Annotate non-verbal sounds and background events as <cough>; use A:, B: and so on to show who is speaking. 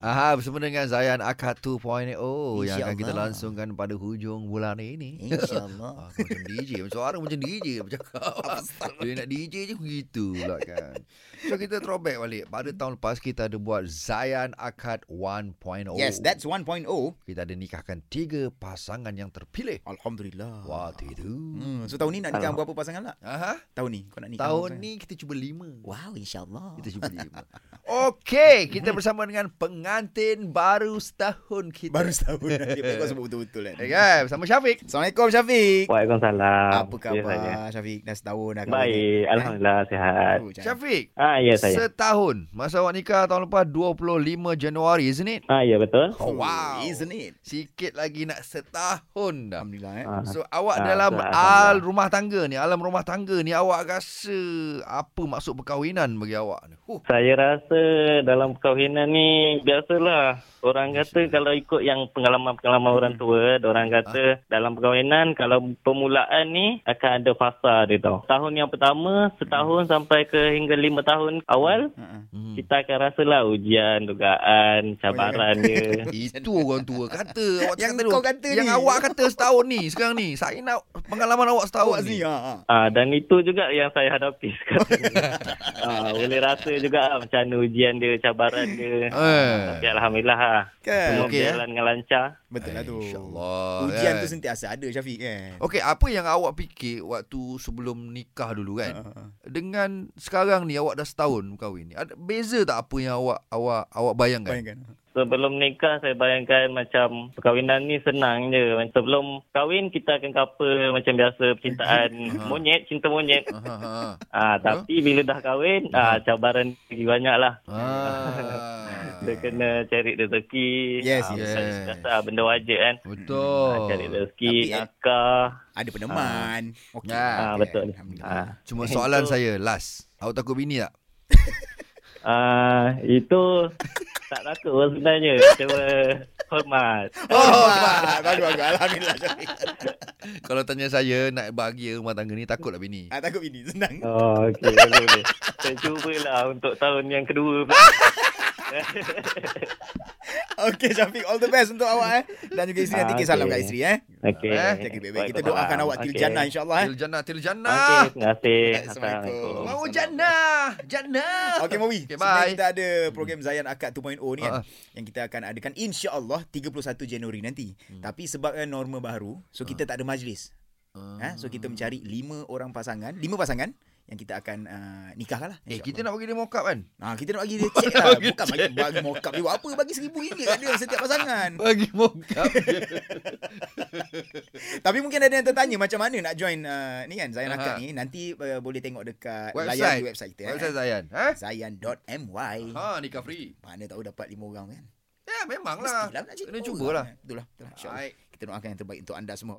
A: Aha, bersama dengan Zayan Akad 2.0 yang akan kita
B: InsyaAllah.
A: langsungkan pada hujung bulan ini. Ah,
B: InsyaAllah
A: kau macam DJ Macam Suara macam DJ Macam kau Dia nak DJ je begitu pula kan So kita throwback balik Pada tahun lepas Kita ada buat Zayan Akad 1.0 Oh.
B: Yes that's oh. 1.0
A: Kita ada nikahkan Tiga pasangan yang terpilih
B: Alhamdulillah
A: Waktu itu
B: Ah. hmm, So tahun ni nak nikah berapa pasangan lah?
A: Aha,
B: Tahun ni kau nak nikah
A: Tahun
B: berapa pasangan?
A: ni kita cuba lima
B: Wow insyaAllah
A: Kita cuba lima Okey
B: <laughs>
A: Kita bersama dengan Pengantin baru setahun kita
B: Baru setahun Dia baik kau sebut betul-betul kan
A: Eh kan Bersama Syafiq
B: Assalamukalam Syafiq
C: Waalaikumsalam.
B: Apa
C: Ya, saya.
B: khabar Eh? Syafiq Dah setahun dah kahwin ni.
C: Baik, Alhamdulillah sihat.
B: Oh, jangan.
A: Syafiq
C: Ah ya saya.
A: Setahun Masa awak nikah tahun lepas 25 Januari Isn't it?
C: Ah ya betul.
B: Oh,
A: Wow.
B: Isn't it
A: Sikit lagi nak setahun dah
B: Alhamdulillah eh
C: Ah.
A: So awak
C: Ah,
A: dalam
C: betul,
A: al
C: Alhamdulillah.
A: rumah tangga ni Alam rumah tangga ni Awak rasa Apa maksud perkahwinan bagi awak ni? Huh.
C: Saya rasa dalam perkahwinan ni biasalah orang kata kalau ikut yang pengalaman-pengalaman orang
B: Hmm.
C: tua, orang
B: Ah.
C: kata dalam perkahwinan kalau permulaan ni akan ada fasa dia tau. Tahun yang pertama,
B: Hmm.
C: setahun sampai ke hingga lima tahun awal
B: Ha-ha.
A: Hmm.
C: kita akan rasalah ujian,
B: Oh,
C: dugaan, cabaran
B: ya. <laughs>
C: dia.
A: Itu orang tua kata awak
B: Yang
A: tu.
B: kau kata
A: Yang
B: ni.
A: awak kata setahun ni Sekarang ni Saya nak pengalaman awak setahun
B: Awak
A: ni
B: ni ha.
C: Ah dan itu juga yang saya hadapi <laughs> sekarang. ni. ah boleh rasa juga ah, macam mana ujian dia, cabaran dia.
A: Eh.
C: Tapi alhamdulillah ah.
B: Kan
C: Semua
A: Okey, eh.
C: okay, berjalan dengan lancar.
B: Betul lah tu
A: InsyaAllah
B: Ujian
A: kan.
B: tu sentiasa ada Syafiq kan
A: Okey, apa yang awak fikir waktu sebelum nikah dulu kan?
B: Ha, ha.
A: Dengan sekarang ni awak dah setahun kahwin ni. Ada beza tak apa yang awak awak awak bayangkan?
B: Bayangkan
C: Sebelum nikah saya bayangkan macam perkahwinan ni senang je. Macam Sebelum kahwin kita akan couple macam biasa percintaan
A: Ah.
C: monyet, cinta monyet.
A: <laughs> Ha ha.
C: Ah tapi bila dah kahwin ah cabaran lagi banyak lah.
A: ha. Ah.
C: Dia kena cari rezeki.
B: Yes,
A: yes.
C: ah,
A: Oh.
C: bukan biasa, ah, benda wajib kan. Ah,
A: Betul.
C: cari rezeki,
B: Tapi, eh,
C: nakah.
B: Ada peneman Okey
A: Ah,
C: Ah, betul.
B: Alhamdulillah
C: Ah.
A: Cuma
C: Eh,
A: soalan
C: itu-
A: saya last. Awak takut bini tak?
C: Ah, itu tak takut pun sebenarnya. Cuma hormat.
B: Oh, bagus, bagus. Alhamdulillah Syafiq.
A: Kalau tanya saya nak bahagia rumah tangga ni takut tak bini?
B: Ah, takut bini,
A: <laughs>
B: senang.
C: Oh, okey, boleh boleh. Saya cubalah untuk tahun yang kedua pula.
B: Okey Syafiq, all the best untuk awak eh. Dan juga isteri
C: Ah,
B: nanti
C: okey.
B: salam kat isteri eh.
C: Okey.
A: Eh, Ah,
B: Jaga baik-baik. Kita doakan awak til jannah insyaAllah eh.
A: Til jannah, til
C: Okey,
A: jannah.
C: terima kasih.
B: Assalamualaikum.
C: Assalamualaikum.
A: Mau jannah, jannah.
B: Okey Mawi,
A: Okey,
B: sebenarnya
A: bye.
B: kita ada program Zayan Akad 2.0 ni kan
A: Ah.
B: yang kita akan adakan insya-Allah 31 Januari nanti.
A: Hmm.
B: Tapi sebabkan norma baru, so
A: Ah.
B: kita tak ada majlis. Ha? So kita mencari 5 orang pasangan, 5 pasangan yang kita akan uh, nikahkan lah.
A: Eh,
B: insyaAllah.
A: kita nak Oh, ya. pergi dia mokap kan?
B: ha, kita nak bagi dia
A: <laughs>
B: cek lah. Bukan bagi, bagi mokap dia. Buat Apa bagi RM1,000 kat dia setiap pasangan.
A: Bagi mokap dia.
B: Tapi mungkin ada yang tertanya macam mana nak join uh, ni kan Zayan Akad
A: Aha.
B: ni. Nanti uh, boleh tengok dekat
A: Website.
B: layan di website kita.
A: Website
B: eh.
A: Zayan. Ha?
B: Zayan.my.
A: Ha, nikah free.
B: Mana tahu dapat lima orang kan.
A: Ya, memanglah.
B: Mestilah nak cari
A: Kena
B: lima orang.
A: cubalah.
B: Betul lah. Betul lah. InsyaAllah.
A: Baik.
B: Kita doakan yang terbaik untuk anda semua.